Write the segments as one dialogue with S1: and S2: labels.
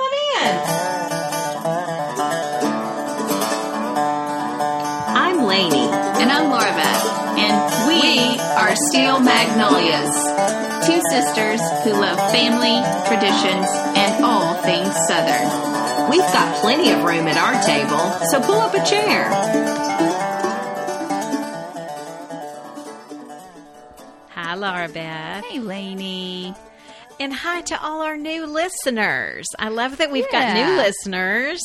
S1: Friends. I'm Lainey,
S2: And I'm Laura Beth.
S1: and we,
S2: We are Steel Magnolias, two sisters who love family, traditions, and all things Southern.
S1: we've got plenty of room at our table, so pull up a chair. Hi, Laura Beth.
S2: Hey, Lainey.
S1: And hi to all our new listeners. I love that we've got new
S2: Yeah.
S1: listeners.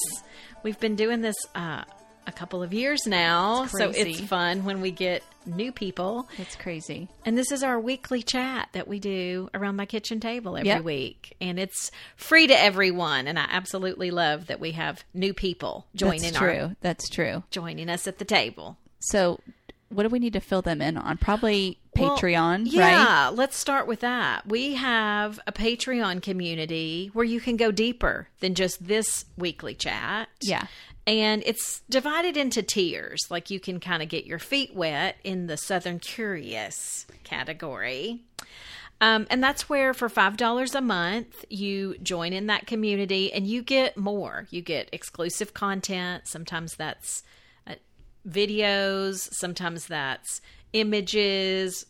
S1: We've been doing this uh, a couple of years now,
S2: It's
S1: so it's
S2: crazy.
S1: fun when we get new people.
S2: It's crazy.
S1: And this is our weekly chat that we do around my kitchen table every
S2: Yep.
S1: week. And it's free to everyone. And I absolutely love that we have new people joining
S2: That's
S1: our-
S2: true. That's true.
S1: joining us at the table.
S2: So, what do we need to fill them in on? Probably
S1: Well,
S2: Patreon, right?
S1: Yeah, let's start with that. We have a Patreon community where you can go deeper than just this weekly chat.
S2: Yeah.
S1: And it's divided into tiers. Like you can kind of get your feet wet in the Southern Curious category. Um, and that's where for $5 a month, you join in that community and you get more. You get exclusive content. Sometimes that's uh, videos, sometimes that's images.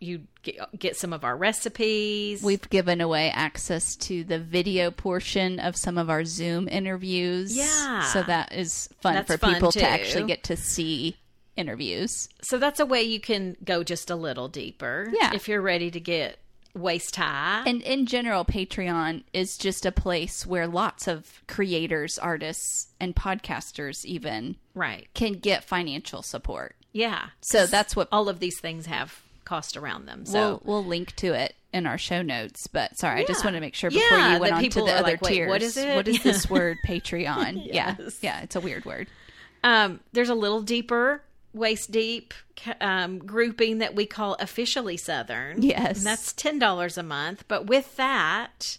S1: You get, get some of our recipes.
S2: We've given away access to the video portion of some of our Zoom interviews.
S1: Yeah.
S2: So that is fun
S1: That's
S2: for
S1: fun,
S2: people
S1: too.
S2: to actually get to see interviews.
S1: So that's a way you can go just a little deeper.
S2: Yeah.
S1: If you're ready to get waist high.
S2: And in general, Patreon is just a place where lots of creators, artists, and podcasters even
S1: right.
S2: can get financial support.
S1: Yeah.
S2: So that's what
S1: all of these things have cost around them. So
S2: we'll, we'll link to it in our show notes. But sorry, I just
S1: Yeah.
S2: wanted to make sure before
S1: Yeah,
S2: you went
S1: that
S2: on to the
S1: people are
S2: other
S1: like, "Wait,
S2: tiers.
S1: what is it?"
S2: What is
S1: Yeah.
S2: this word Patreon? Yeah. Yeah, it's a weird word.
S1: um, there's a little deeper waist deep ca- um, grouping that we call officially Southern.
S2: Yes.
S1: And that's $10 a month. But with that,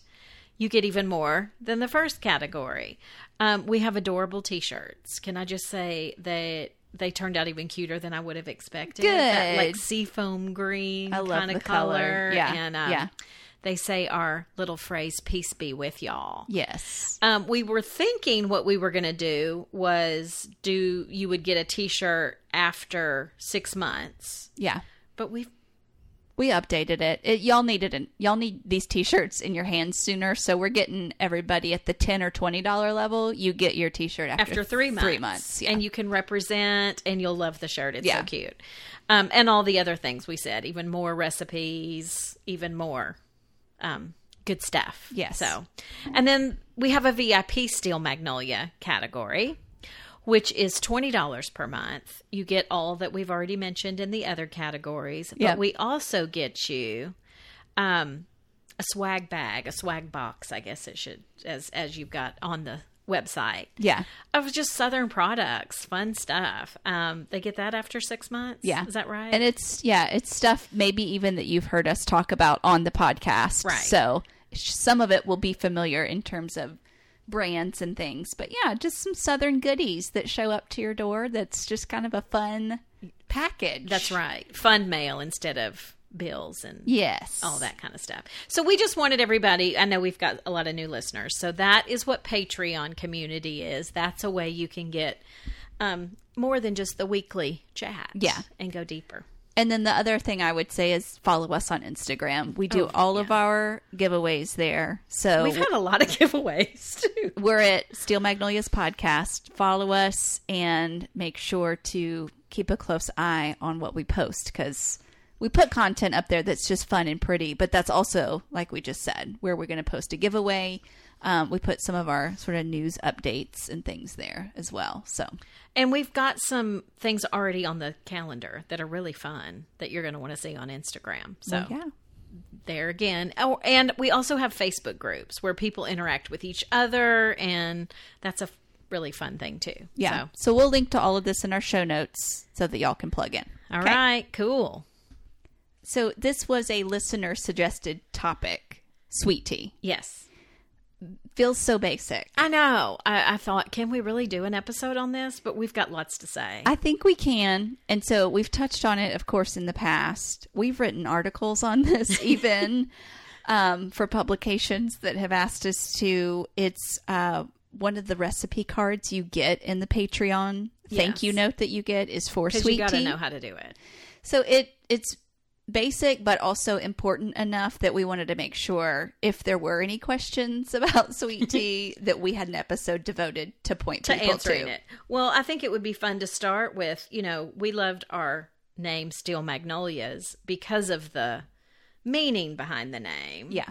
S1: you get even more than the first category. Um, we have adorable t shirts. Can I just say that? They turned out even cuter than I would have expected. That, like
S2: Good.
S1: seafoam green
S2: I love
S1: kind
S2: the
S1: of
S2: color.
S1: color.
S2: Yeah,
S1: And um,
S2: yeah.
S1: they say our little phrase, peace be with y'all.
S2: Yes.
S1: Um, we were thinking what we were going to do was do you would get a T-shirt after six months,
S2: Yeah.
S1: but we've
S2: We updated it. it y'all needed an, y'all need these t-shirts in your hands sooner, so we're getting everybody at the 10 or 20 dollar level. You get your t-shirt after,
S1: after three months,
S2: 3 months. Yeah.
S1: and you can represent, and you'll love the shirt. It's
S2: Yeah.
S1: so cute, um, and all the other things we said, even more recipes, even more um, good stuff.
S2: Yes.
S1: So, and then we have a VIP Steel Magnolia category. which is $20 per month. You get all that we've already mentioned in the other categories, but
S2: Yep.
S1: we also get you um, a swag bag, a swag box, I guess it should as as you've got on the website.
S2: yeah.
S1: Of just southern products, fun stuff. Um, they get that after 6 months.
S2: Yeah.
S1: Is that right?
S2: And it's yeah, it's stuff maybe even that you've heard us talk about on the podcast.
S1: Right.
S2: So some of it will be familiar in terms of brands and things, but yeah, just some southern goodies that show up to your door. That's just kind of a fun package.
S1: That's right. Fun mail instead of bills and
S2: Yes.
S1: all that kind of stuff. So we just wanted everybody, I know we've got a lot of new listeners. So that is what Patreon community is. That's a way you can get um, more than just the weekly chat.
S2: Yeah.
S1: And go deeper.
S2: And then the other thing I would say is follow us on Instagram. We
S1: Oh,
S2: do all of our giveaways there. So
S1: We've had a lot of giveaways too.
S2: we're at Steel Magnolias Podcast. Follow us and make sure to keep a close eye on what we post because we put content up there that's just fun and pretty, but that's also, like we just said, where we're going to post a giveaway. Um, we put some of our sort of news updates and things there as well. So,
S1: And we've got some things already on the calendar that are really fun that you're going to want to see on Instagram. So
S2: yeah.
S1: there again. Oh, and we also have Facebook groups where people interact with each other. And that's a f- really fun thing too.
S2: Yeah.
S1: So,
S2: So. we'll link to all of this in our show notes so that y'all can plug in.
S1: all right,
S2: Okay.
S1: Cool.
S2: So, this was a listener suggested topic sweet tea.
S1: Yes.
S2: Feels so basic.
S1: I know. I, I thought, can we really do an episode on this? But we've got lots to say.
S2: I think we can. And so we've touched on it, of course, in the past. We've written articles on this, even. um, for publications that have asked us to. It's uh, one of the recipe cards you get in the Patreon thank
S1: Yes.
S2: you note that you get is for
S1: Because
S2: sweet
S1: you got to
S2: tea.
S1: know how to do it.
S2: So it it's basic but also important enough that we wanted to make sure if there were any questions about sweet tea that we had an episode devoted to point
S1: to
S2: people
S1: answering
S2: to.
S1: it. Well, I think it would be fun to start with. You know, we loved our name Steel Magnolias because of the meaning behind the name.
S2: Yeah.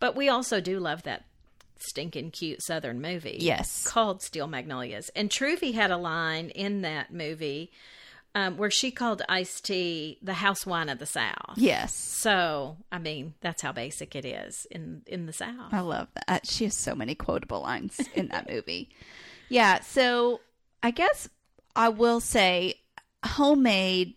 S1: But we also do love that stinking cute Southern movie.
S2: Yes.
S1: Called Steel Magnolias. And Truvy had a line in that movie um, where she called iced tea the house wine of the South.
S2: Yes.
S1: So, I mean, that's how basic it is in in the South.
S2: I love that. She has so many quotable lines in that movie. Yeah, so I guess I will say homemade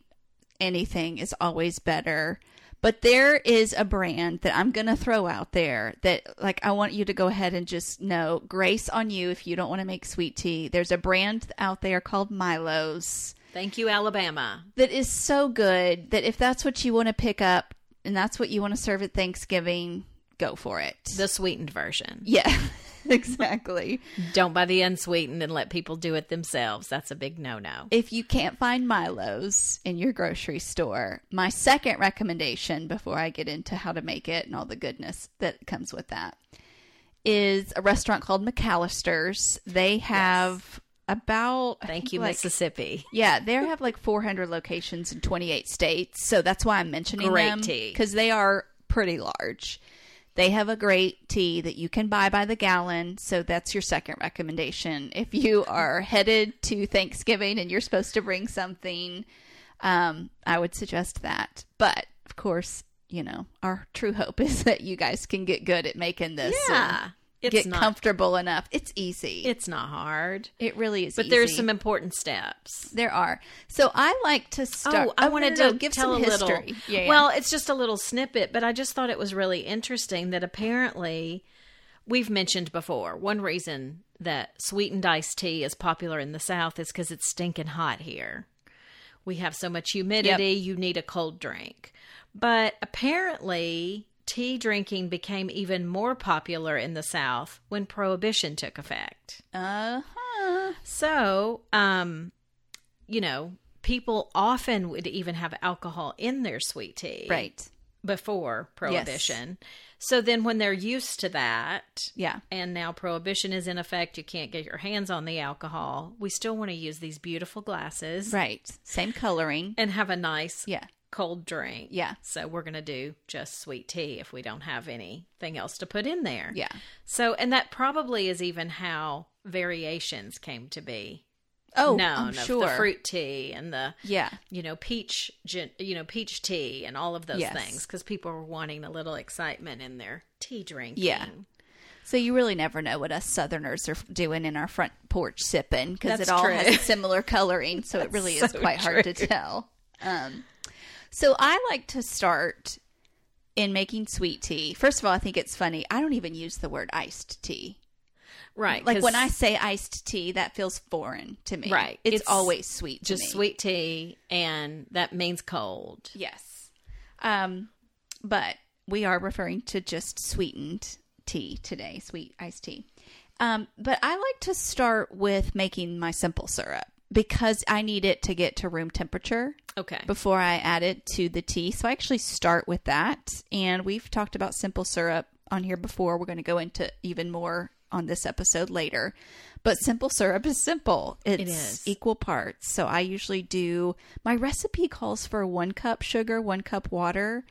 S2: anything is always better. But there is a brand that I'm going to throw out there that, like, I want you to go ahead and just know grace on you if you don't want to make sweet tea. There's a brand out there called Milo's
S1: Thank you, Alabama.
S2: that is so good that if that's what you want to pick up and that's what you want to serve at Thanksgiving, go for it.
S1: The sweetened version.
S2: yeah, exactly.
S1: Don't buy the unsweetened and let people do it themselves. That's a big no no.
S2: if you can't find Milo's in your grocery store, my second recommendation before I get into how to make it and all the goodness that comes with that is a restaurant called McAllister's. They have about I
S1: Thank
S2: think,
S1: you,
S2: like-
S1: Mississippi.
S2: Yeah, they have like 400 locations in 28 states, so that's why I'm mentioning
S1: Great
S2: them
S1: tea.
S2: because they are pretty large. They have a great tea that you can buy by the gallon, so that's your second recommendation. If you are headed to Thanksgiving and you're supposed to bring something, um, I would suggest that. But of course, you know, our true hope is that you guys can get good at making this. and
S1: Yeah. It's
S2: get
S1: not
S2: comfortable enough. It's easy.
S1: it's not hard.
S2: it really is.
S1: But there's
S2: easy.
S1: some important steps.
S2: There are. So I like to start.
S1: Oh, I
S2: no,
S1: wanted
S2: no, no,
S1: to
S2: give
S1: tell
S2: some
S1: a little.
S2: history. Yeah, yeah.
S1: Well, it's just a little snippet, but I just thought it was really interesting that apparently we've mentioned before one reason that sweetened iced tea is popular in the South is because it's stinking hot here. We have so much humidity, you need a cold drink. But apparently, tea drinking became even more popular in the South when Prohibition took effect.
S2: uh-huh.
S1: So, um, you know, people often would even have alcohol in their sweet tea
S2: right.
S1: before prohibition. So then when they're used to that
S2: Yeah.
S1: and now prohibition is in effect, you can't get your hands on the alcohol. We still want to use these beautiful glasses
S2: Right. Same coloring.
S1: and have a nice
S2: Yeah.
S1: cold drink.
S2: Yeah.
S1: So we're going to do just sweet tea if we don't have anything else to put in there.
S2: Yeah.
S1: So and that probably is even how variations came to be
S2: Oh,
S1: known
S2: I'm
S1: of
S2: sure.
S1: the fruit tea and the
S2: Yeah.
S1: you know peach gin, you know peach tea and all of those
S2: Yes.
S1: things because people were wanting a little excitement in their tea drinking.
S2: Yeah. So you really never know what us Southerners are doing in our front porch sipping because it
S1: That's
S2: all
S1: true.
S2: has a similar coloring. So it really is
S1: so
S2: quite hard to tell. Um, so I like to start in making sweet tea. First of all, I think it's funny. I don't even use the word iced tea.
S1: right.
S2: Like
S1: 'cause
S2: when I say iced tea, that feels foreign to me.
S1: Right.
S2: It's,
S1: It's
S2: always sweet. To
S1: just
S2: me.
S1: sweet tea and that means cold.
S2: Yes. Um, but we are referring to just sweetened tea today, sweet iced tea. Um, but I like to start with making my simple syrup because I need it to get to room temperature
S1: Okay.
S2: before I add it to the tea. So I actually start with that. And we've talked about simple syrup on here before. We're going to go into even more on this episode later. But simple syrup is simple. It's
S1: is.
S2: equal parts. So I usually do my recipe calls for one cup sugar, one cup water,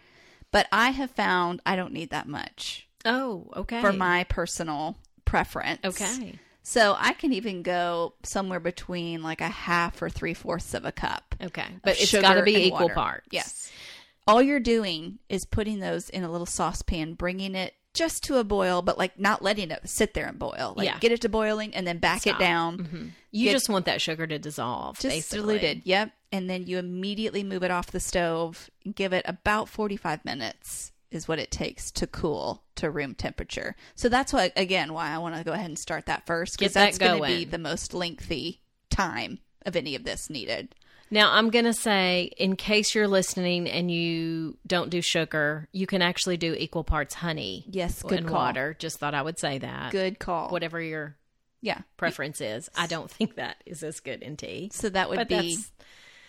S2: but I have found I don't need that much
S1: Oh, okay.
S2: for my personal preference.
S1: okay.
S2: So I can even go somewhere between like a half or three fourths of a cup
S1: Okay. But
S2: of
S1: it's
S2: sugar
S1: got to be
S2: and
S1: equal
S2: water.
S1: parts.
S2: Yes. All you're doing is putting those in a little saucepan, bringing it just to a boil, but like not letting it sit there and boil. Like
S1: Yeah.
S2: get it to boiling and then back it
S1: Stop.
S2: down.
S1: You
S2: Get-
S1: just want that sugar to dissolve.
S2: Just
S1: basically.
S2: diluted. Yep. And then you immediately move it off the stove. Give it about 45 minutes is what it takes to cool to room temperature. So that's why, again, why I want to go ahead and start that first
S1: Get
S2: because
S1: that
S2: that's going to be
S1: going.
S2: the most lengthy time of any of this needed.
S1: Now, I'm going to say, in case you're listening and you don't do sugar, you can actually do equal parts honey
S2: Yes, good
S1: and
S2: call.
S1: water. Just thought I would say that.
S2: Good call.
S1: Whatever your
S2: Yeah.
S1: preference is. I don't think that is as good in tea.
S2: So that would
S1: But
S2: be,
S1: that's-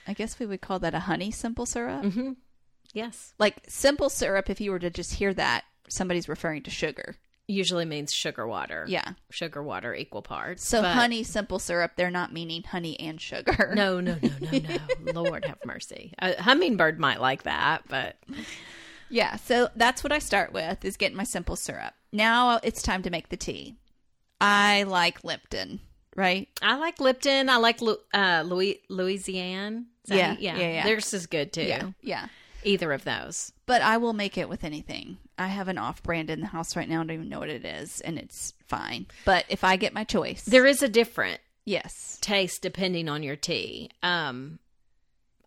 S2: I guess we would call that a honey simple syrup.
S1: Mhm. Yes.
S2: Like simple syrup, if you were to just hear that, somebody's referring to sugar.
S1: Usually means sugar water.
S2: Yeah.
S1: Sugar water equal parts.
S2: So
S1: but-
S2: honey simple syrup, they're not meaning honey and sugar.
S1: No, no, no, no, no. Lord have mercy. A hummingbird might like that, but
S2: Yeah, so that's what I start with is getting my simple syrup. Now it's time to make the tea. I like Lipton, right?
S1: I like Lipton. I like Lu- uh, Louis Louisiana. Is that
S2: Yeah,
S1: it? yeah,
S2: yeah, yeah.
S1: Theirs is good too.
S2: Yeah. Yeah.
S1: Either of those.
S2: But I will make it with anything. I have an off brand in the house right now. I don't even know what it is, and it's fine. But if I get my choice,
S1: There is a different
S2: yes.
S1: taste depending on your tea. Um,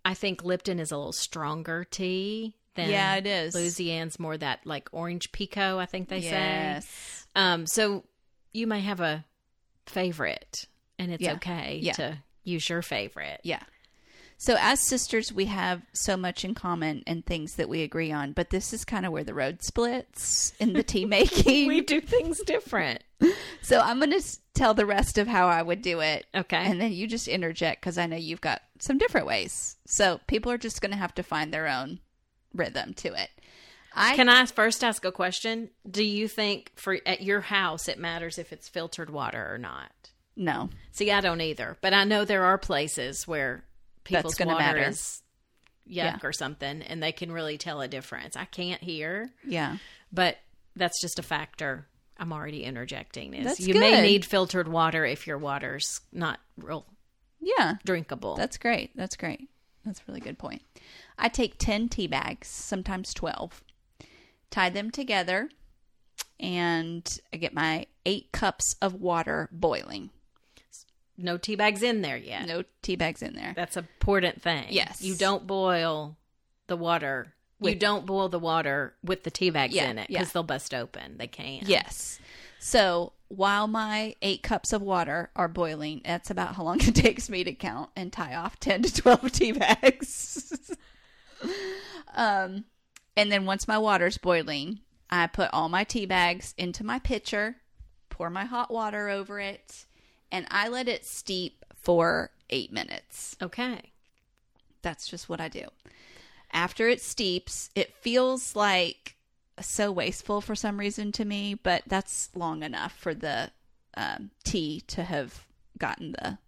S1: I think Lipton is a little stronger tea than
S2: Yeah, it is.
S1: Louisiana's more that like orange pico. I think they say.
S2: yes.
S1: Um, so you may have a favorite, and it's
S2: Yeah.
S1: okay
S2: Yeah.
S1: to use your favorite.
S2: Yeah. So as sisters, we have so much in common and things that we agree on, but this is kind of where the road splits in the tea making.
S1: We do things different.
S2: so I'm going to tell the rest of how I would do it.
S1: Okay.
S2: And then you just interject because I know you've got some different ways. So people are just going to have to find their own rhythm to it. I
S1: Can I first ask a question? Do you think for at your house it matters if it's filtered water or not?
S2: no.
S1: See, I don't either, but I know there are places where people's
S2: gonna
S1: water
S2: matter.
S1: is yuck
S2: Yeah.
S1: or something, and they can really tell a difference. I can't hear,
S2: Yeah.
S1: but that's just a factor. I'm already interjecting. Is
S2: That's
S1: you may
S2: good.
S1: need filtered water if your water's not real
S2: Yeah.
S1: drinkable.
S2: That's great. That's great. That's a really good point. I take 10 tea bags, sometimes 12, tie them together, and I get my eight cups of water boiling.
S1: no tea bags in there yet.
S2: No tea bags in there.
S1: That's an important thing.
S2: Yes.
S1: You don't boil the water. you
S2: With-
S1: don't boil the water with the tea bags
S2: Yeah,
S1: in it
S2: yeah.
S1: because they'll bust open. They can't.
S2: Yes. So while my eight cups of water are boiling, that's about how long it takes me to count and tie off 10 to 12 tea bags. um, and then once my water's boiling, I put all my tea bags into my pitcher, pour my hot water over it, and I let it steep for eight minutes.
S1: Okay.
S2: That's just what I do. After it steeps, it feels like so wasteful for some reason to me, but that's long enough for the um, tea to have gotten the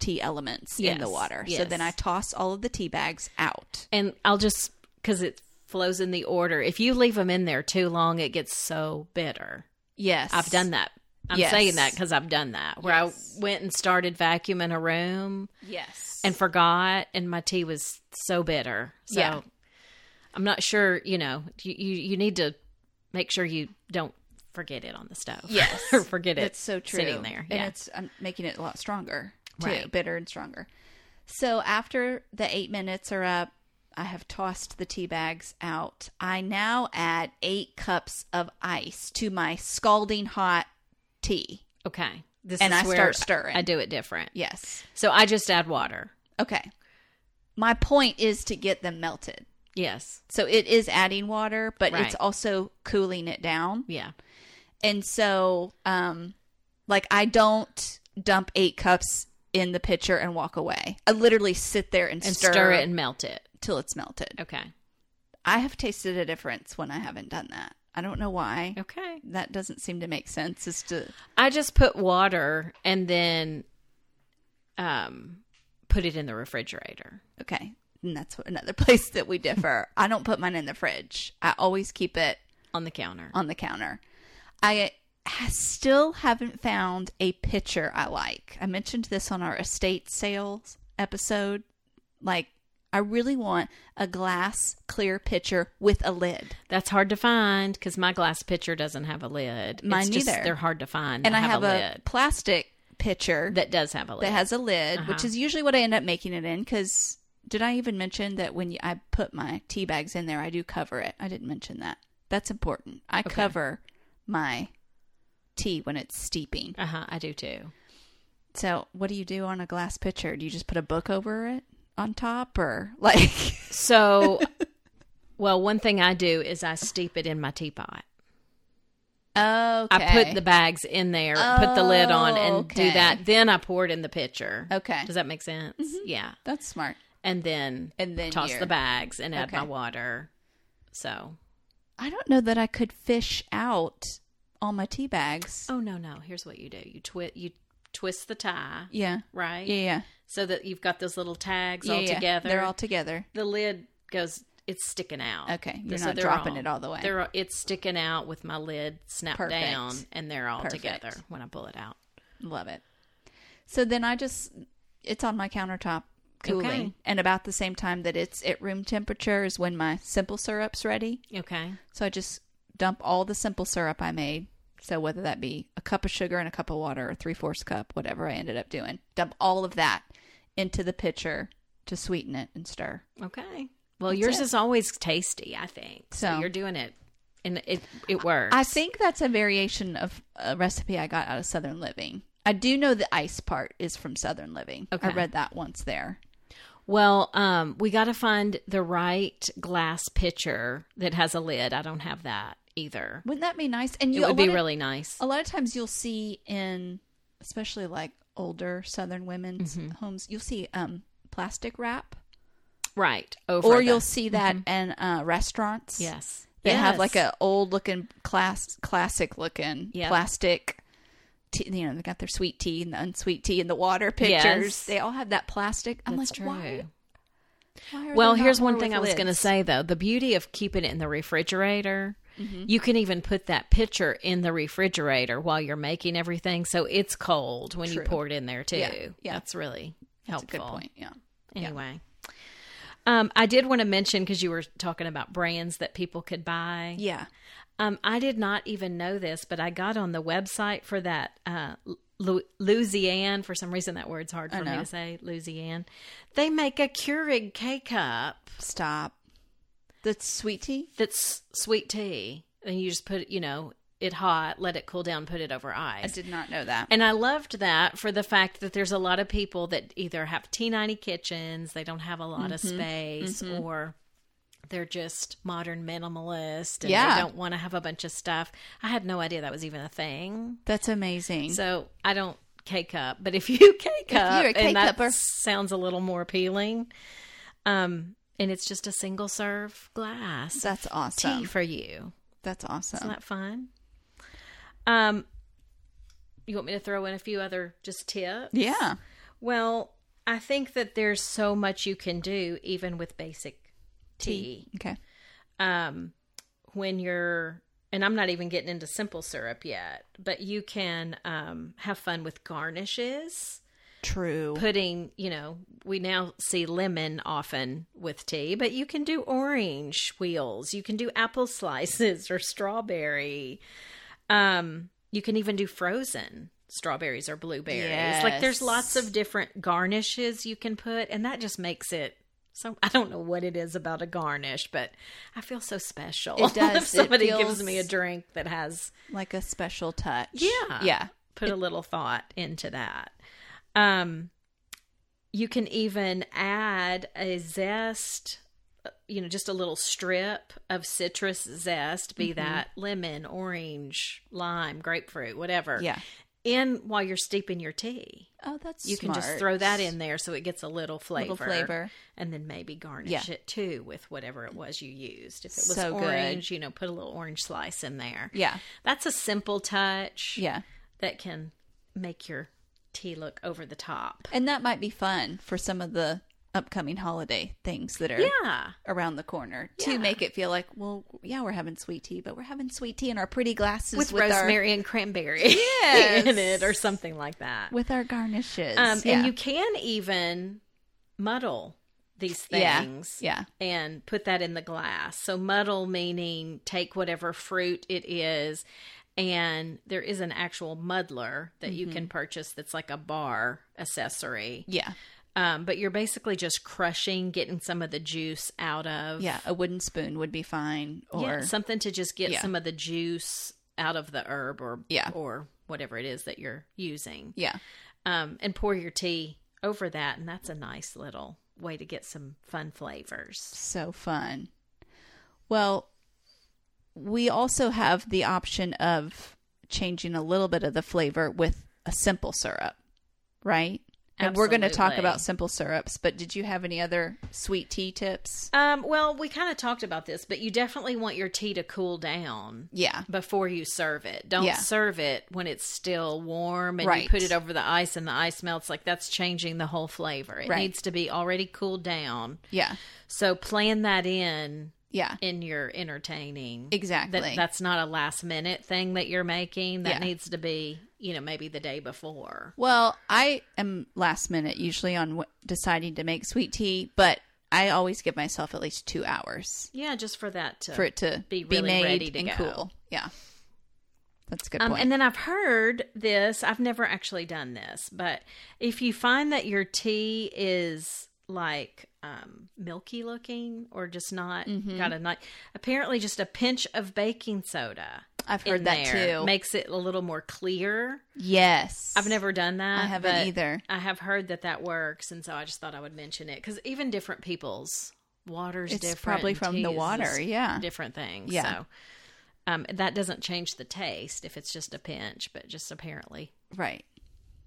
S2: tea elements in
S1: Yes,
S2: the water. So
S1: yes.
S2: then I toss all of the tea bags out.
S1: And I'll just, because it flows in the order, if you leave them in there too long, it gets so bitter.
S2: Yes.
S1: I've done that. I'm
S2: Yes.
S1: saying that because I've done that where I went and started vacuuming a room
S2: Yes.
S1: and forgot, and my tea was so bitter. So
S2: Yeah.
S1: I'm not sure, you know, you, you, you need to make sure you don't forget it on the stove.
S2: Yes.
S1: or forget it.
S2: That's so true.
S1: Sitting there.
S2: And
S1: Yeah.
S2: it's I'm making it a lot stronger, too,
S1: Right.
S2: bitter and stronger. So after the eight minutes are up, I have tossed the tea bags out. I now add eight cups of ice to my scalding hot tea.
S1: okay. This
S2: And
S1: is
S2: I
S1: where
S2: start stirring.
S1: I do it different.
S2: Yes.
S1: So I just add water.
S2: Okay. My point is to get them melted.
S1: Yes.
S2: So it is adding water, but
S1: Right.
S2: it's also cooling it down.
S1: Yeah.
S2: And so, um, like I don't dump eight cups in the pitcher and walk away. I literally sit there and,
S1: And
S2: stir,
S1: stir, it and melt it.
S2: till it's melted.
S1: Okay.
S2: I have tasted a difference when I haven't done that. I don't know why.
S1: Okay.
S2: That doesn't seem to make sense. As to
S1: I just put water and then um put it in the refrigerator.
S2: okay, and that's what, another place that we differ. I don't put mine in the fridge. I always keep it
S1: On the counter.
S2: on the counter. I ha- still haven't found a pitcher I like. I mentioned this on our estate sales episode. Like, I really want a glass clear pitcher with a lid.
S1: That's hard to find because my glass pitcher doesn't have a lid.
S2: Mine
S1: it's just,
S2: neither.
S1: They're hard to find.
S2: and
S1: that
S2: I have, a,
S1: lid
S2: plastic pitcher
S1: that
S2: that,
S1: does have a lid.
S2: has a lid, which
S1: Uh-huh.
S2: is usually what I end up making it in because. Did I even mention that when you, I put my tea bags in there, I do cover it? I didn't mention that. That's important. I
S1: Okay.
S2: cover my tea when it's steeping.
S1: uh huh. I do too.
S2: So, what do you do on a glass pitcher? Do you just put a book over it? on top or like
S1: So, well, one thing I do is I steep it in my teapot.
S2: okay Oh,
S1: I put the bags in there, put the lid on, and
S2: Okay.
S1: do that. Then I pour it in the pitcher.
S2: Okay. Mm-hmm.
S1: Does that make sense? Yeah.
S2: that's smart
S1: And then
S2: and then
S1: toss
S2: you're-
S1: the bags and add my
S2: Okay.
S1: water. So,
S2: I don't know that I could fish out all my tea bags
S1: oh no, no. Here's what you do: you twist, you twist the tie,
S2: yeah
S1: right?
S2: yeah yeah
S1: So that you've got those little tags
S2: yeah,
S1: all
S2: yeah.
S1: together.
S2: they're all together
S1: the lid goes. It's sticking out.
S2: Okay, you're
S1: So
S2: not
S1: they're
S2: dropping it all the way.
S1: They're all- it's sticking out with my lid snapped
S2: Perfect.
S1: down, and they're all
S2: Perfect.
S1: together when I pull it out.
S2: Love it. So then I just it's on my countertop cooling,
S1: Okay.
S2: and about the same time that it's at room temperature is when my simple syrup's ready.
S1: Okay.
S2: So I just dump all the simple syrup I made. So whether that be a cup of sugar and a cup of water, or three fourths cup, whatever I ended up doing, dump all of that into the pitcher to sweeten it and stir.
S1: Okay. Well,
S2: That's
S1: yours is
S2: it.
S1: always tasty, I think. So,
S2: So-
S1: you're doing it, and it it works.
S2: I think that's a variation of a recipe I got out of Southern Living. I do know the ice part is from Southern Living. I
S1: Okay.
S2: read that once there.
S1: Well, um, we got to find the right glass pitcher that has a lid. I don't have that either.
S2: Wouldn't that be nice? And
S1: It
S2: you a
S1: would be
S2: lot of-
S1: really nice.
S2: a lot of times you'll see in especially like older southern women's
S1: Mm-hmm.
S2: homes you'll see um plastic wrap
S1: Right. Over
S2: or
S1: the-
S2: you'll see that in uh, restaurants
S1: Yes.
S2: that have
S1: Mm-hmm. Yes.
S2: like a old looking class classic looking
S1: Yep.
S2: plastic tea, you know they got their sweet tea and the unsweet tea and the water pictures
S1: Yes.
S2: they all have that plastic i'm
S1: That's
S2: like
S1: true.
S2: why, why are
S1: Well,
S2: there not
S1: here's
S2: more
S1: one thing
S2: with
S1: I was going to
S2: lids?
S1: say though. The beauty of keeping it in the refrigerator,
S2: Mm-hmm.
S1: you can even put that pitcher in the refrigerator while you're making everything, so it's cold when
S2: True.
S1: you pour it in there too.
S2: Yeah, yeah.
S1: That's really
S2: that's
S1: helpful.
S2: a good point yeah
S1: Anyway, um, I did want to mention because you were talking about brands that people could buy.
S2: yeah
S1: Um, I did not even know this, but I got on the website for that uh, Lu- Louisiana. For some reason, that word's hard for me
S2: know.
S1: to say. Louisiana. They make a Keurig K cup
S2: stop the sweet tea
S1: that's sweet tea, and you just put it, you know it hot, let it cool down, put it over ice.
S2: i did not know that
S1: And I loved that for the fact that there's a lot of people that either have T90 kitchens, they don't have a lot of space, or they're just modern minimalist and
S2: Yeah.
S1: they don't want to have a bunch of stuff. I had no idea that was even a thing.
S2: that's amazing
S1: So I don't K cup, but if you K cup,
S2: you're a
S1: and that
S2: K-cupper.
S1: sounds a little more appealing. Um, and it's just a single serve glass
S2: That's awesome.
S1: tea for you.
S2: That's awesome.
S1: Isn't that fun? Um, you want me to throw in a few other just tips?
S2: yeah.
S1: Well, I think that there's so much you can do even with basic tea.
S2: Okay.
S1: Um, when you're, and I'm not even getting into simple syrup yet, but you can um, have fun with garnishes.
S2: True.
S1: Putting, you know, we now see lemon often with tea, but you can do orange wheels. You can do apple slices or strawberry. Um, you can even do frozen strawberries or blueberries. Like there's lots
S2: Yes.
S1: of different garnishes you can put, and that just makes it. So I don't know what it is about a garnish, but I feel so special.
S2: It does.
S1: if
S2: It
S1: somebody
S2: feels-
S1: gives me a drink that has
S2: like a special touch.
S1: yeah.
S2: Yeah.
S1: Put a little thought into that. Um you can even add a zest, uh, you know, just a little strip of citrus zest, be
S2: Mm-hmm.
S1: that lemon, orange, lime, grapefruit, whatever.
S2: Yeah.
S1: In while you're steeping your tea.
S2: Oh, that's
S1: You can just
S2: smart.
S1: throw that in there so it gets a little flavor.
S2: Little flavor.
S1: And then maybe garnish
S2: Yeah.
S1: it too with whatever it was you used. If it was
S2: So good.
S1: orange, you know, put a little orange slice in there.
S2: Yeah.
S1: That's a simple touch
S2: Yeah.
S1: that can make your tea look over the top.
S2: And that might be fun for some of the upcoming holiday things that are
S1: Yeah.
S2: around the corner to make it feel like, well, yeah, we're having sweet tea, but we're having sweet tea in our pretty glasses
S1: With,
S2: with, our
S1: rosemary and cranberry
S2: Yes.
S1: in it or something like that.
S2: with our garnishes.
S1: um,
S2: yeah.
S1: And you can even muddle these
S2: Yeah.
S1: things.
S2: Yeah.
S1: and put that in the glass. So muddle meaning take whatever fruit it is and there is an actual muddler that you can purchase that's like a bar accessory.
S2: Yeah.
S1: Um, but you're basically just crushing, getting some of the juice out of
S2: Yeah. A wooden spoon would be fine. Or
S1: Yeah, something to just get
S2: Yeah.
S1: some of the juice out of the herb or
S2: Yeah.
S1: or whatever it is that you're using.
S2: yeah.
S1: Um, and pour your tea over that and that's a nice little way to get some fun flavors.
S2: So fun. Well, we also have the option of changing a little bit of the flavor with a simple syrup, right? And we're going to talk
S1: Absolutely.
S2: about simple syrups, but did you have any other sweet tea tips?
S1: Um, well, we kind of talked about this, but you definitely want your tea to cool down
S2: Yeah.
S1: before you serve it. Don't
S2: Yeah.
S1: serve it when it's still warm and
S2: Right.
S1: you put it over the ice and the ice melts. Like that's changing the whole flavor. It
S2: Right.
S1: needs to be already cooled down.
S2: Yeah.
S1: So plan that in
S2: Yeah.
S1: in your entertaining.
S2: Exactly.
S1: That, that's not a last minute thing that you're making. That
S2: Yeah.
S1: needs to be, you know, maybe the day before.
S2: Well, I am last minute usually on w- deciding to make sweet tea, but I always give myself at least two hours
S1: Yeah, just for that to
S2: for it to
S1: Be
S2: be,
S1: really
S2: made
S1: ready to
S2: and
S1: go.
S2: cool. Yeah, that's a good
S1: Um,
S2: point.
S1: and then I've heard this. I've never actually done this, but if you find that your tea is like um, milky looking or just not
S2: Mm-hmm.
S1: got a nice, apparently just a pinch of baking soda.
S2: I've
S1: in
S2: heard that
S1: there
S2: too.
S1: Makes it a little more clear.
S2: yes,
S1: I've never done that.
S2: I haven't
S1: but
S2: either.
S1: I have heard that that works, and so I just thought I would mention it because even different people's water's
S2: It's
S1: different.
S2: probably
S1: and
S2: from the
S1: teas is
S2: water, yeah.
S1: different things.
S2: Yeah.
S1: So um, that doesn't change the taste if it's just a pinch, but just apparently
S2: Right,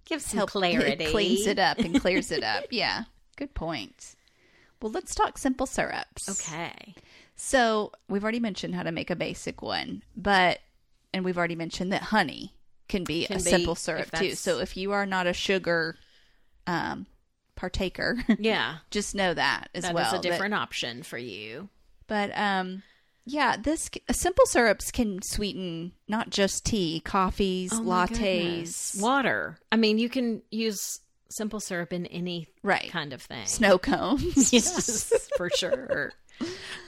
S1: gives some
S2: Help-
S1: clarity.
S2: it cleans it up and clears it up. Yeah, good point. Well, let's talk simple syrups.
S1: Okay.
S2: So we've already mentioned how to make a basic one, but and we've already mentioned that honey can be
S1: Can
S2: a
S1: be,
S2: simple
S1: if
S2: syrup too.
S1: that's-
S2: So if you are not a sugar um, partaker,
S1: Yeah.
S2: just know that as
S1: that is
S2: well.
S1: a
S2: that-
S1: different option for you.
S2: but um, yeah, this c- simple syrups can sweeten not just tea, coffees,
S1: Oh my goodness.
S2: lattes,
S1: Water. I mean, you can use simple syrup in any
S2: right?
S1: kind of thing.
S2: Snow cones.
S1: Yes, for sure.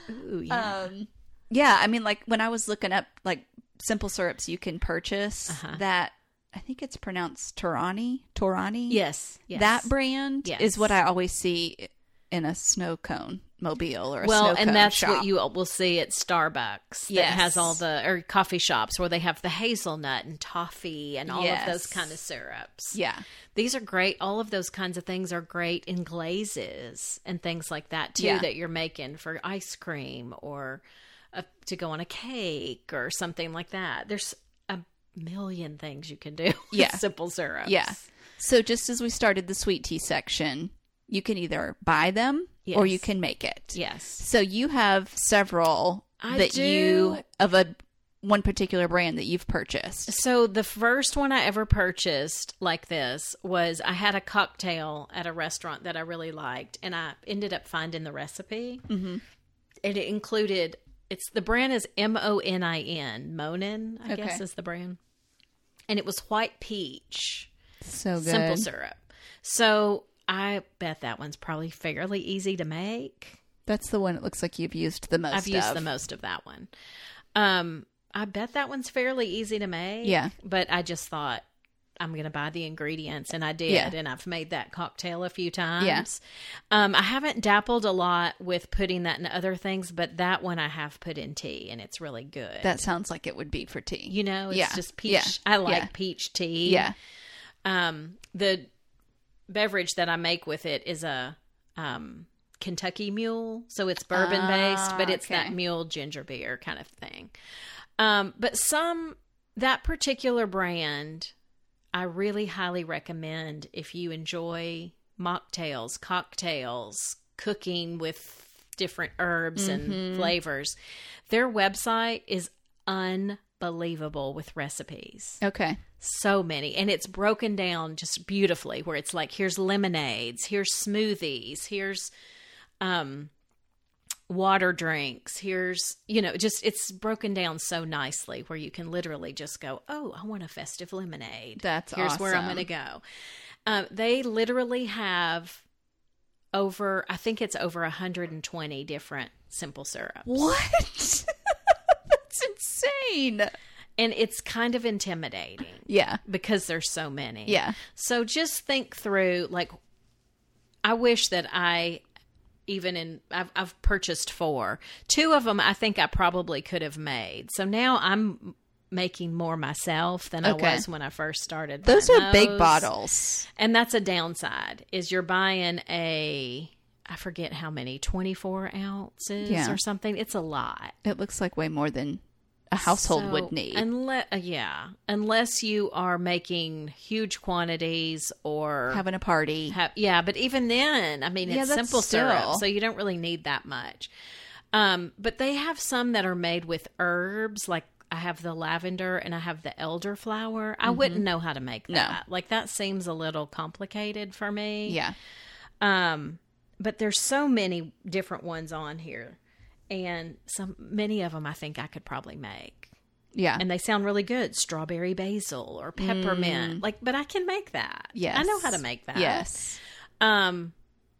S1: Ooh, yeah.
S2: Um, yeah, I mean, like when I was looking up like simple syrups you can purchase,
S1: Uh-huh.
S2: that I think it's pronounced Torani. Torani.
S1: yes, yes.
S2: That brand
S1: Yes.
S2: is what I always see in a snow cone mobile or a
S1: well,
S2: snow cone
S1: and that's
S2: shop.
S1: what you will see at Starbucks. Yeah,
S2: Yes.
S1: has all the or coffee shops where they have the hazelnut and toffee and all
S2: Yes.
S1: of those kind of syrups.
S2: Yeah,
S1: These are great. All of those kinds of things are great in glazes and things like that too
S2: Yeah.
S1: that you're making for ice cream or a, to go on a cake or something like that. There's a million things you can do. With
S2: Yeah.
S1: simple syrups.
S2: yeah. So just as we started the sweet tea section, you can either buy them or you
S1: Yes.
S2: can make it.
S1: yes.
S2: So you have several
S1: I
S2: that
S1: do.
S2: you of a one particular brand that you've purchased.
S1: So the first one I ever purchased like this was I had a cocktail at a restaurant that I really liked, and I ended up finding the recipe, mm-hmm. and it included. It's the brand is M O N I N Monin, I guess
S2: Okay.
S1: is the brand, and it was white peach
S2: So Oh, good.
S1: simple syrup. So I bet that one's probably fairly easy to make.
S2: That's the one it looks like you've used the most.
S1: I've used
S2: of.
S1: the most of that one. Um, I bet that one's fairly easy to make.
S2: Yeah.
S1: But I just thought I'm gonna buy the ingredients and I did
S2: Yeah.
S1: and I've made that cocktail a few times. Um, I haven't dabbled a lot with putting that in other things, but that one I have put in tea and it's really good.
S2: That sounds like it would be for tea.
S1: you know, it's
S2: Yeah.
S1: just peach
S2: Yeah.
S1: I like
S2: Yeah.
S1: peach tea.
S2: yeah.
S1: Um the beverage that I make with it is a um Kentucky mule. So it's bourbon based, but
S2: Ah,
S1: it's that
S2: okay.
S1: mule ginger beer kind of thing. Um, but some that particular brand, I really highly recommend if you enjoy mocktails, cocktails, cooking with different herbs and flavors. Their website is unbelievable with recipes.
S2: Okay.
S1: So many. And it's broken down just beautifully where it's like here's lemonades, here's smoothies, here's um water drinks, here's you know, just it's broken down so nicely where you can literally just go, "Oh, I want a festive lemonade."
S2: That's
S1: here's where I'm going
S2: awesome.
S1: to go. Um, they literally have over I think it's over 120 different simple syrups.
S2: What? That's insane.
S1: And it's kind of intimidating.
S2: Yeah.
S1: because there's so many.
S2: Yeah.
S1: So just think through like I wish that I even in I've I've purchased four. Two of them I think I probably could have made. So now I'm making more myself than
S2: Okay.
S1: I was when I first started.
S2: Those
S1: buying
S2: are big
S1: those.
S2: bottles.
S1: And that's a downside is you're buying a I forget how many, 24 ounces
S2: Yeah.
S1: or something. It's a lot.
S2: It looks like way more than a household
S1: So,
S2: would need.
S1: Unless, yeah, unless you are making huge quantities or
S2: Having a party.
S1: have, yeah, but even then, I mean,
S2: Yeah,
S1: it's
S2: that's
S1: simple syrup,
S2: still-
S1: so you don't really need that much. Um, but they have some that are made with herbs, like I have the lavender and I have the elderflower. I wouldn't know how to make
S2: Mm-hmm. No.
S1: that. Like that seems a little complicated for me.
S2: yeah.
S1: Um, but there's so many different ones on here, and some many of them I think I could probably make,
S2: Yeah.
S1: and they sound really good. Strawberry basil or peppermint, like, but I can make that.
S2: Mm. yes.
S1: I know how to make that.
S2: Yes.
S1: Um,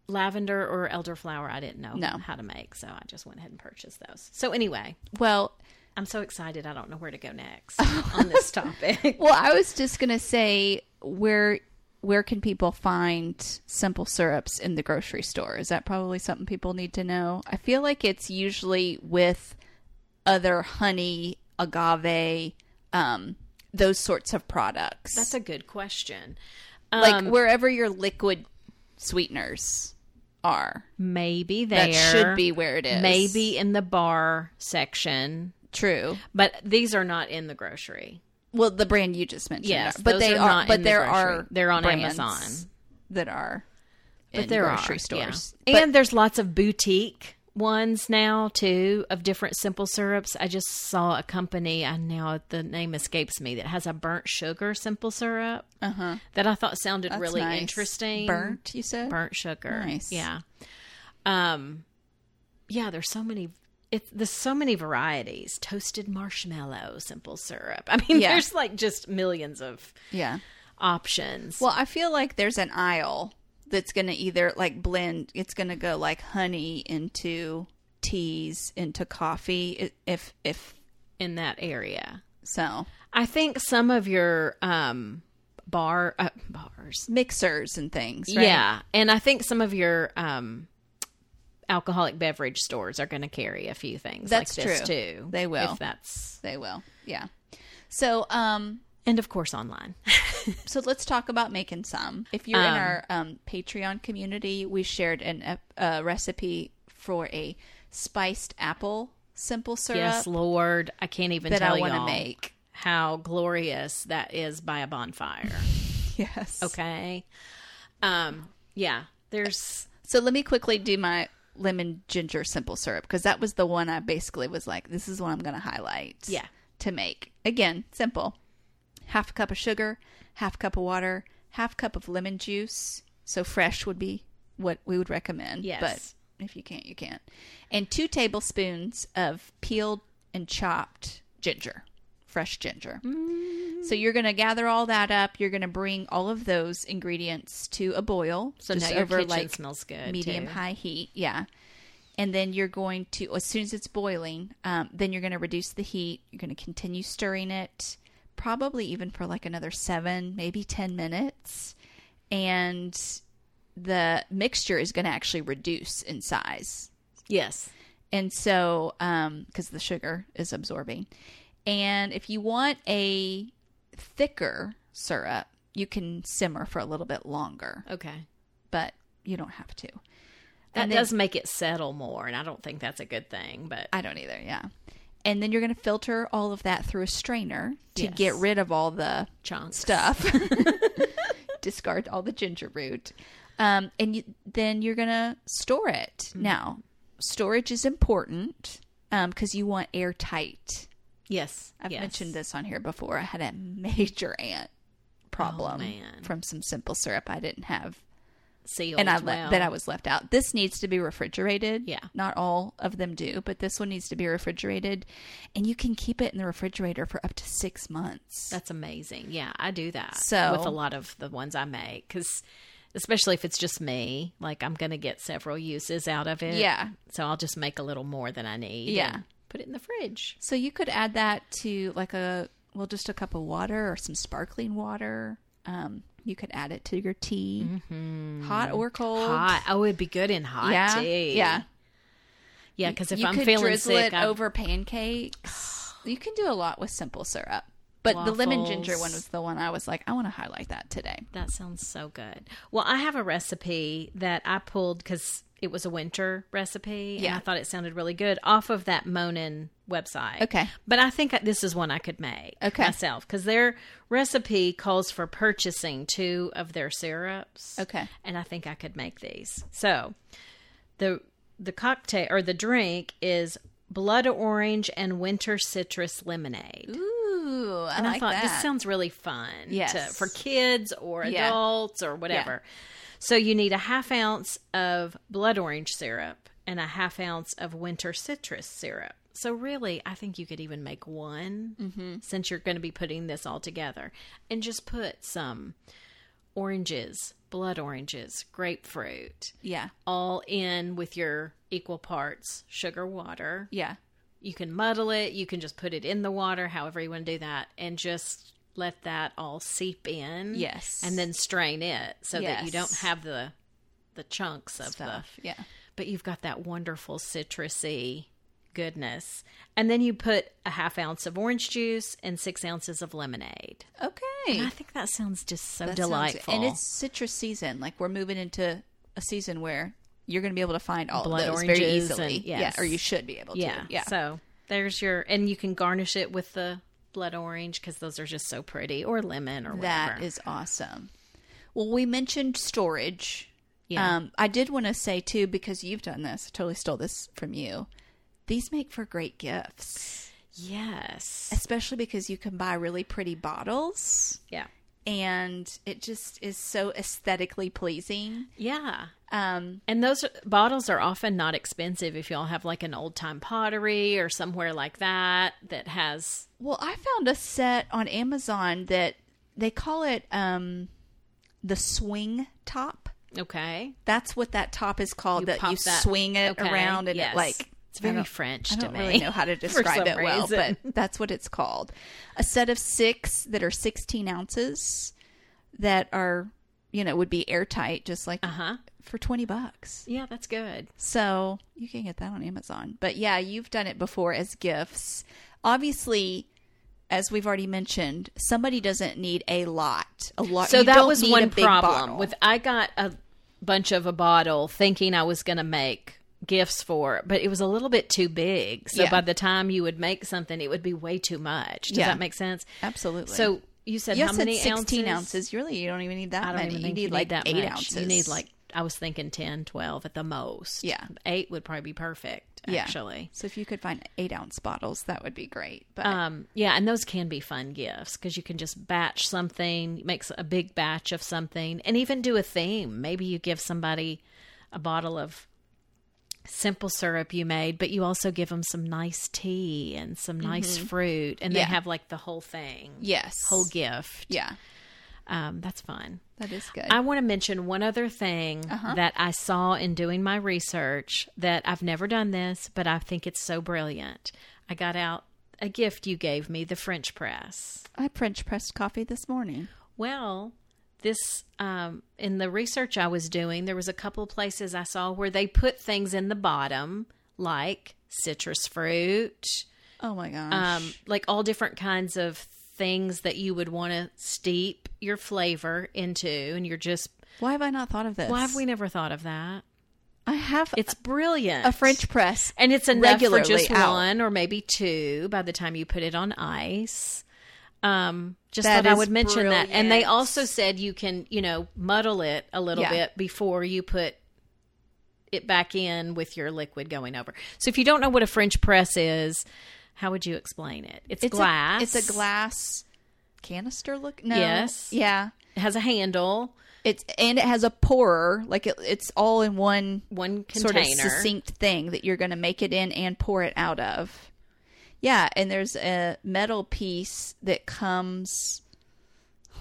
S1: lavender or elderflower, I didn't know
S2: No.
S1: how to make, so I just went ahead and purchased those. So anyway,
S2: Well,
S1: I'm so excited. I don't know where to go next on this topic.
S2: well, I was just going to say where where can people find simple syrups in the grocery store? Is that probably something people need to know? I feel like it's usually with other honey, agave, um those sorts of products.
S1: That's a good question. Um,
S2: like wherever your liquid sweeteners are.
S1: Maybe there
S2: That should be where it is.
S1: maybe in the bar section
S2: true.
S1: But these are not in the grocery.
S2: Well, the brand you just mentioned,
S1: Yes,
S2: are- but
S1: those
S2: they
S1: are
S2: are.
S1: not
S2: but
S1: in the
S2: there
S1: grocery.
S2: are
S1: They're on
S2: brands
S1: Amazon.
S2: that are.
S1: But
S2: in
S1: there
S2: grocery
S1: are
S2: stores,
S1: yeah. and there's lots of boutique ones now too of different simple syrups. I just saw a company. I now the name escapes me that has a burnt sugar simple syrup that I thought sounded
S2: Uh-huh. That's
S1: really
S2: nice.
S1: interesting.
S2: Burnt, you said.
S1: burnt sugar.
S2: Nice.
S1: Yeah. Um. Yeah. There's so many. It, there's so many varieties. Toasted marshmallow simple syrup. I mean,
S2: Yeah.
S1: there's like just millions of
S2: Yeah.
S1: options.
S2: Well, I feel like there's an aisle that's going to either like blend. It's going to go like honey into teas into coffee. i- If if
S1: in that area.
S2: so,
S1: I think some of your um bar uh, bars.
S2: mixers and things. Right?
S1: Yeah, and I think some of your um alcoholic beverage stores are going to carry a few things
S2: That's
S1: like this
S2: true.
S1: too.
S2: They will.
S1: If that's
S2: they will. Yeah. So um,
S1: and of course online.
S2: so let's talk about making some. If you're
S1: Um,
S2: in our um, Patreon community, we shared an ep- a recipe for a spiced apple simple syrup
S1: yes, Lord, I can't even
S2: that
S1: tell
S2: I want to
S1: y'all
S2: make.
S1: how glorious that is by a bonfire.
S2: Yes.
S1: Okay. Um yeah, there's
S2: So let me quickly do my lemon ginger simple syrup because that was the one I basically was like, this is what I'm going to highlight.
S1: Yeah.
S2: To make. Again, simple. Half a cup of sugar, half cup of water, half cup of lemon juice. So fresh would be what we would recommend.
S1: Yes.
S2: But if you can't, you can't. And two tablespoons of peeled and chopped ginger, fresh ginger.
S1: Mm.
S2: So you're going to gather all that up. You're going to bring all of those ingredients to a boil.
S1: so
S2: just
S1: now your
S2: over
S1: kitchen
S2: like
S1: smells good.
S2: medium
S1: too.
S2: high heat yeah and then you're going to as soon as it's boiling um, then you're going to reduce the heat you're going to continue stirring it probably even for like another seven maybe ten minutes and the mixture is going to actually reduce in size
S1: Yes.
S2: and so because the sugar is absorbing and if you want a thicker syrup you can simmer for a little bit longer
S1: Okay.
S2: but you don't have to
S1: That
S2: And then-
S1: does make it settle more, and I don't think that's a good thing. But
S2: I don't either, yeah. And then you're going to filter all of that through a strainer to
S1: Yes.
S2: get rid of all the
S1: chunks
S2: stuff, discard all the ginger root. Um, and you, then you're going to store it.
S1: Mm-hmm.
S2: Now, storage is important because you want airtight.
S1: Yes,
S2: I've
S1: yes.
S2: mentioned this on here before. I had a major ant problem
S1: Oh, man.
S2: from some simple syrup I didn't have
S1: Sealed
S2: and I le-
S1: well.
S2: that I was left out. This needs to be refrigerated.
S1: Yeah.
S2: not all of them do, but this one needs to be refrigerated, and you can keep it in the refrigerator for up to six months.
S1: that's amazing. Yeah, I do that.
S2: So-
S1: with a lot of the ones I make, because especially if it's just me, like I'm going to get several uses out of it.
S2: Yeah.
S1: so I'll just make a little more than I need.
S2: Yeah.
S1: and put it in the fridge.
S2: so you could add that to like a well, just a cup of water or some sparkling water. Um, you could add it to your tea, hot or cold.
S1: Mm-hmm. Hot. Oh, it'd be good in hot
S2: yeah,
S1: tea.
S2: yeah.
S1: yeah. Because if
S2: you
S1: I'm
S2: could
S1: feeling
S2: drizzle
S1: sick,
S2: it
S1: I-
S2: over pancakes. you can do a lot with simple syrup. But the lemon
S1: waffles.
S2: ginger one was the one I was like, I want to highlight that today.
S1: That sounds so good. Well, I have a recipe that I pulled because it was a winter recipe, and
S2: Yeah.
S1: I thought it sounded really good off of that Monin website.
S2: Okay.
S1: but I think this is one I could make
S2: Okay.
S1: myself because their recipe calls for purchasing two of their syrups.
S2: Okay.
S1: and I think I could make these. So, the the cocktail or the drink is blood orange and winter citrus lemonade.
S2: Ooh, I
S1: And
S2: like
S1: I thought
S2: that.
S1: this sounds really fun
S2: Yes.
S1: to, for kids or
S2: Yeah.
S1: adults or whatever. So you need a half ounce of blood orange syrup and a half ounce of winter citrus syrup. So really, I think you could even make one
S2: Mm-hmm.
S1: since you're going to be putting this all together and just put some oranges, blood oranges, grapefruit,
S2: yeah,
S1: all in with your equal parts sugar water.
S2: yeah.
S1: You can muddle it, you can just put it in the water, however you want to do that, and just let that all seep in.
S2: Yes.
S1: And then strain it so that you don't
S2: Yes.
S1: have the the chunks of
S2: Stuff. Yeah.
S1: the but you've got that wonderful citrusy goodness. And then you put a half ounce of orange juice and six ounces of lemonade.
S2: Okay.
S1: And I think that sounds just so
S2: That sounds-
S1: delightful.
S2: and it's citrus season. Like we're moving into a season where you're going to be able to find all
S1: Blood
S2: of those very
S1: oranges
S2: easily.
S1: and-
S2: Yeah,
S1: yes.
S2: or you should be able to.
S1: yeah.
S2: yeah.
S1: So there's your and you can garnish it with the blood orange because those are just so pretty or lemon or whatever.
S2: That is awesome. Well, we mentioned storage.
S1: Yeah.
S2: Um, I did want to say too, because you've done this, I totally stole this from you. These make for great gifts,
S1: yes.
S2: especially because you can buy really pretty bottles
S1: Yeah.
S2: and it just is so aesthetically pleasing.
S1: Yeah.
S2: Um,
S1: And those bottles are often not expensive if y'all have like an old time pottery or somewhere like that that has
S2: Well, I found a set on Amazon that they call it um, the swing top.
S1: okay.
S2: That's what that top is called that
S1: pop
S2: you
S1: that-
S2: swing it
S1: okay,
S2: around and
S1: yes.
S2: it like
S1: It's
S2: I
S1: very
S2: don't-
S1: French
S2: I
S1: to
S2: don't
S1: me.
S2: really know how to
S1: for
S2: describe
S1: some
S2: it well,
S1: reason.
S2: but that's what it's called. A set of six that are sixteen ounces that are you know would be airtight, just like
S1: Uh-huh.
S2: for twenty bucks.
S1: Yeah, that's good.
S2: So you can get that on Amazon. But yeah, you've done it before as gifts. Obviously, as we've already mentioned, somebody doesn't need a lot. A lot.
S1: So
S2: you
S1: that
S2: don't
S1: was
S2: need a
S1: one
S2: big
S1: problem
S2: bottle.
S1: with I got a bunch of a bottle thinking I was going to make gifts for, but it was a little bit too big. So
S2: Yeah.
S1: by the time you would make something, it would be way too much. Does
S2: Yeah.
S1: that make sense?
S2: absolutely.
S1: So you said
S2: you
S1: how
S2: said
S1: many
S2: sixteen
S1: ounces?
S2: ounces? Really, you don't even need that
S1: I don't
S2: many.
S1: even
S2: you
S1: think
S2: need
S1: you
S2: like
S1: need that
S2: eight
S1: much.
S2: ounces.
S1: You need like I was thinking 10, 12 at the most.
S2: Yeah.
S1: eight would probably be perfect.
S2: Yeah.
S1: Actually,
S2: So if you could find eight ounce bottles, that would be great. But
S1: um, yeah, and those can be fun gifts because you can just batch something, makes a big batch of something, and even do a theme. Maybe you give somebody a bottle of simple syrup you made, but you also give them some nice tea and some nice fruit, and
S2: Mm-hmm. Yeah.
S1: they have like the whole thing,
S2: yes,
S1: whole gift.
S2: yeah,
S1: Um, that's fun.
S2: that is good.
S1: I want to mention one other thing that I saw in doing my research that I've never done this, but I think it's so brilliant. I got out a gift you gave me, the French press.
S2: I French pressed coffee this morning.
S1: Well, this um, in the research I was doing, there was a couple of places I saw where they put things in the bottom, like citrus fruit,
S2: Oh my gosh.
S1: um, like all different kinds of things that you would want to steep your flavor into, and you're just
S2: Why have I not thought of this?
S1: why have we never thought of that?
S2: I have
S1: It's brilliant.
S2: a French press.
S1: and it's enough for
S2: regularly
S1: just
S2: out.
S1: one or maybe two by the time you put it on ice. Um, just
S2: That
S1: thought I
S2: is
S1: would mention that. And they
S2: brilliant.
S1: also said you can, you know, muddle it a little
S2: Yeah.
S1: bit before you put it back in with your liquid going over. So if you don't know what a French press is, how would you explain it? It's,
S2: It's
S1: glass.
S2: A, it's a glass canister look. No.
S1: Yes.
S2: Yeah.
S1: It has a handle,
S2: It's and it has a pourer. Like it, it's all in one
S1: one
S2: sort
S1: container.
S2: of succinct thing that you're going to make it in and pour it out of. Yeah, and there's a metal piece that comes.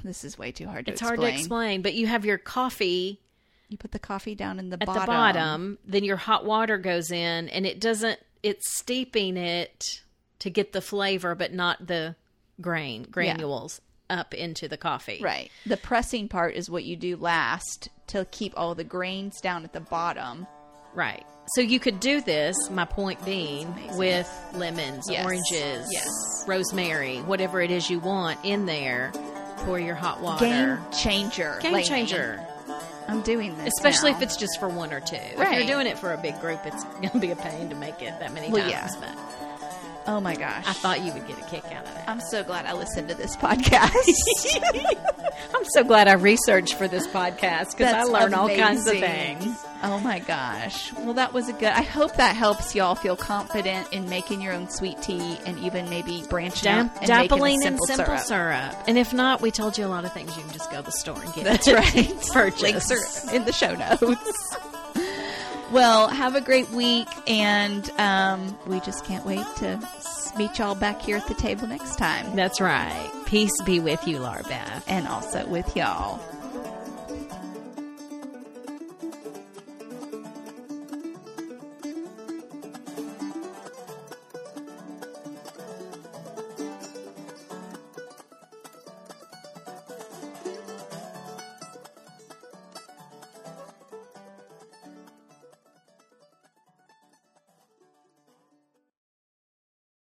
S2: This is way too hard to
S1: it's
S2: explain.
S1: hard to explain, but you have your coffee
S2: You put the coffee down in the
S1: at
S2: bottom.
S1: the bottom, then your hot water goes in and it doesn't it's steeping it to get the flavor but not the grain granules up into the coffee.
S2: Right. The pressing part is what you do last to keep all the grains down at the bottom
S1: Right. So you could do this, my point being, with lemons,
S2: Yes.
S1: oranges,
S2: Yes.
S1: rosemary, whatever it is you want in there. Pour your hot water.
S2: Game changer.
S1: Game
S2: Lainey.
S1: changer.
S2: I'm doing this.
S1: Especially
S2: now.
S1: if it's just for one or two. If
S2: Right.
S1: you're doing it for a big group, it's going to be a pain to make it that many
S2: Well,
S1: times. But
S2: Oh my gosh.
S1: I thought you would get a kick out of that.
S2: I'm so glad I listened to this podcast.
S1: I'm so glad I researched for this podcast because I
S2: That's
S1: learn all kinds of
S2: amazing.
S1: things.
S2: Oh my gosh. Well, that was a good. I hope that helps y'all feel confident in making your own sweet tea and even maybe branching
S1: Damp-
S2: out and
S1: dappling
S2: making
S1: and
S2: simple
S1: simple syrup.
S2: syrup.
S1: And if not, we told you a lot of things. You can just go to the store and get
S2: That's
S1: it.
S2: right.
S1: Purchase.
S2: Links are in the show notes. well, have a great week, and um, we just can't wait to s- meet y'all back here at the table next time,
S1: That's right. Peace be with you, Larbeth.
S2: and also with y'all.